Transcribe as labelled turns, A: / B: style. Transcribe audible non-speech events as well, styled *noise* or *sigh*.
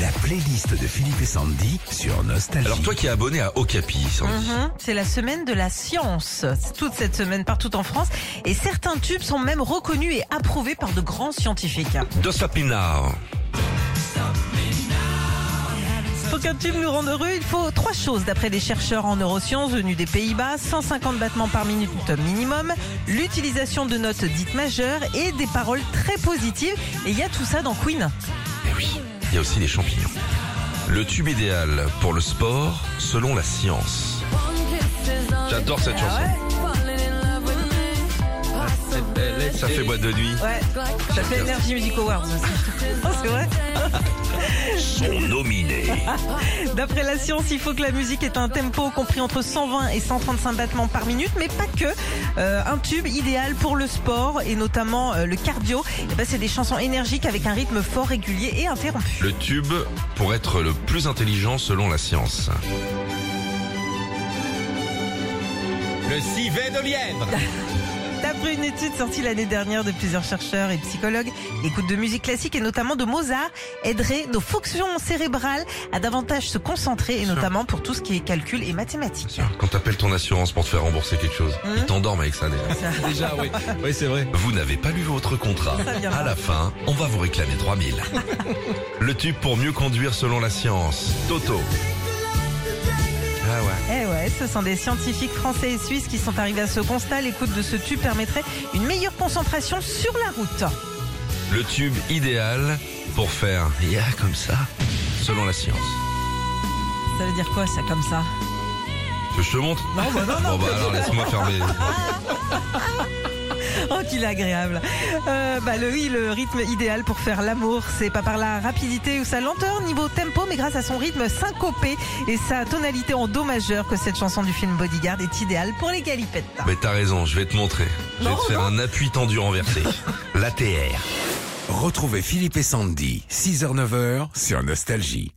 A: La playlist de Philippe et Sandy sur Nostalgie.
B: Alors toi qui es abonné à Okapi, Sandy.
C: Mhm. C'est la semaine de la science, toute cette semaine partout en France. Et certains tubes sont même reconnus et approuvés par de grands scientifiques.
B: Dos Lapinard.
C: Pour qu'un tube nous rende heureux, il faut trois choses. D'après des chercheurs en neurosciences venus des Pays-Bas, 150 battements par minute minimum, l'utilisation de notes dites majeures et des paroles très positives. Et il y a tout ça dans Queen.
B: Eh oui, il y a aussi les champignons. Le tube idéal pour le sport selon la science. J'adore cette
C: Ah
B: chanson. Ça fait boîte de nuit.
C: Ouais, ça fait Energy Music Awards aussi. Oh, *laughs* c'est vrai.
A: Sont nominés.
C: D'après la science, il faut que la musique ait un tempo compris entre 120 et 135 battements par minute, mais pas que. Euh, un tube idéal pour le sport et notamment euh, le cardio. Eh ben, c'est des chansons énergiques avec un rythme fort, régulier et interrompu.
B: Le tube pour être le plus intelligent selon la science.
D: Le civet de lièvre.
C: D'après une étude sortie l'année dernière de plusieurs chercheurs et psychologues, l'écoute de musique classique et notamment de Mozart aiderait nos fonctions cérébrales à davantage se concentrer et
B: sûr.
C: notamment pour tout ce qui est calcul et mathématiques.
B: Quand t'appelles ton assurance pour te faire rembourser quelque chose,
C: Mhm.
B: ils t'endorment avec ça
D: *laughs*
B: déjà.
D: Déjà, oui. Oui, c'est vrai.
B: Vous n'avez pas lu votre contrat.
C: Ça viendra.
B: À la fin, on va vous réclamer
C: *laughs*
B: 3000. Le tube pour mieux conduire selon la science. Toto. Ah ouais.
C: Eh ouais, ce sont des scientifiques français et suisses qui sont arrivés à ce constat. L'écoute de ce tube permettrait une meilleure concentration sur la route.
B: Le tube idéal pour faire ya comme ça, selon la science.
C: Ça veut dire quoi ça comme ça
B: Que je te montre Non, bah *laughs* non, Bon, bah alors laisse-moi fermer.
C: *laughs* Oh qu'il est agréable. Euh, bah le, oui, le rythme idéal pour faire l'amour, c'est pas par la rapidité ou sa lenteur niveau tempo, mais grâce à son rythme syncopé et sa tonalité en do majeur que cette chanson du film Bodyguard est idéale pour les galipettes.
B: Mais t'as raison, je vais te montrer. Je vais
C: Non,
B: te faire un appui tendu
C: *laughs*
B: renversé. L'ATR.
A: Retrouvez Philippe et Sandy, 6h-9h sur Nostalgie.